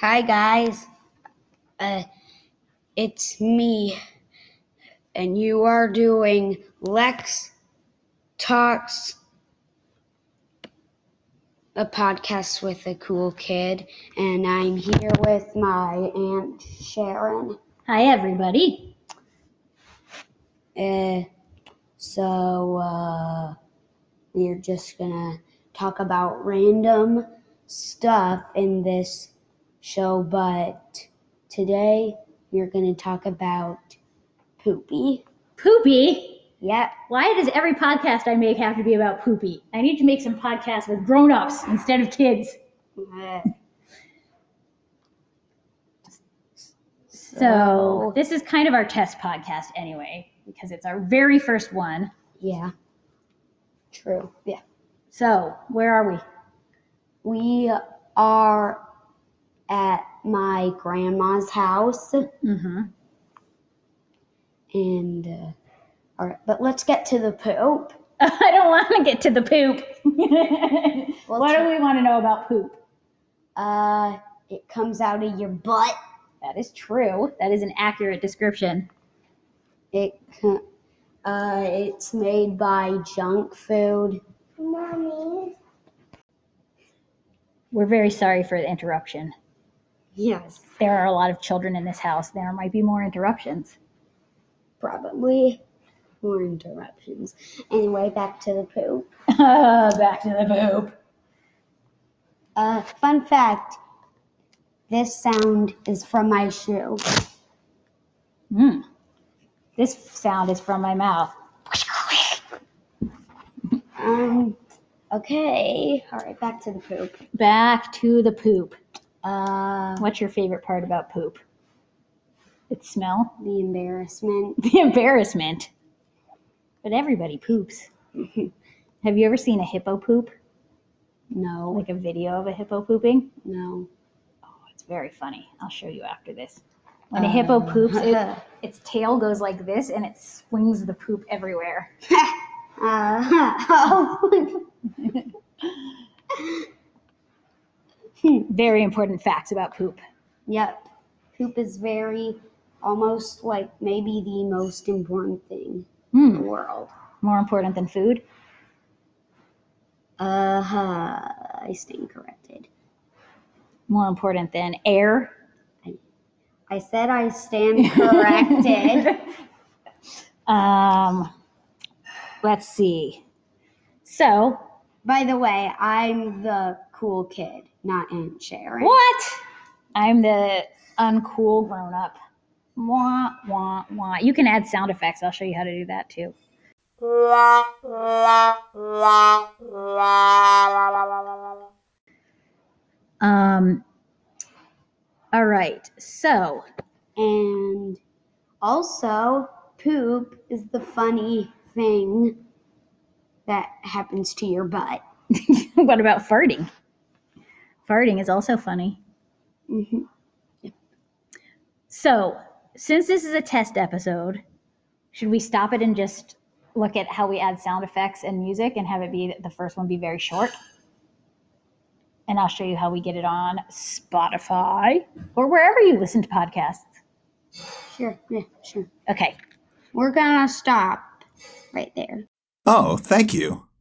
Hi guys, uh, it's me, and you are doing Lex Talks, a podcast with a cool kid, and I'm here with my aunt Sharon. Hi, everybody. Uh, so uh, we're just gonna talk about random stuff in this show, but today we're gonna talk about poopy. Poopy? Yep. Why does every podcast I make have to be about poopy? I need to make some podcasts with grown ups instead of kids. Uh, So, this is kind of our test podcast anyway, because it's our very first one. Yeah. True. Yeah. So, where are we? We are at my grandma's house, Mm-hmm. and uh, all right, but let's get to the poop. I don't want to get to the poop. what do we want to know about poop? Uh, it comes out of your butt. That is true. That is an accurate description. It, co- uh, it's made by junk food. Mommy. We're very sorry for the interruption. Yes, There are a lot of children in this house. There might be more interruptions. probably. More interruptions. Anyway, back to the poop. Back to the poop. Uh, fun fact. This sound is from my shoe. Hmm. This sound is from my mouth. Um. Okay. All right. Back to the poop. Back to the poop. Uh, What's your favorite part about poop? Its smell? the embarrassment. The embarrassment. But everybody poops. Have you ever seen a hippo poop? No. Like a video of a hippo pooping? No. Oh, it's very funny. I'll show you after this. When a hippo poops, it, its tail goes like this and it swings the poop everywhere. Uh, Very important facts about poop. yep. Poop is very, almost like maybe the most important thing in Hmm. the world. More important than food? Uh huh. I stand corrected. More important than air? I said I stand corrected. Um, let's see. So, By the way, I'm the cool kid, not Aunt Sharon. what? I'm the uncool grown up. Wah, wah, wah. You can add sound effects. I'll show you how to do that too. Um, all right. So, And also, poop is the funny thing that happens to your butt. what about farting? Farting is also funny. Mhm. So, since this is a test episode, should we stop it and just look at how we add sound effects and music and have it be the first one be very short? And I'll show you how we get it on Spotify or wherever you listen to podcasts. Sure, yeah, sure. Okay. We're gonna stop right there. Oh, thank you.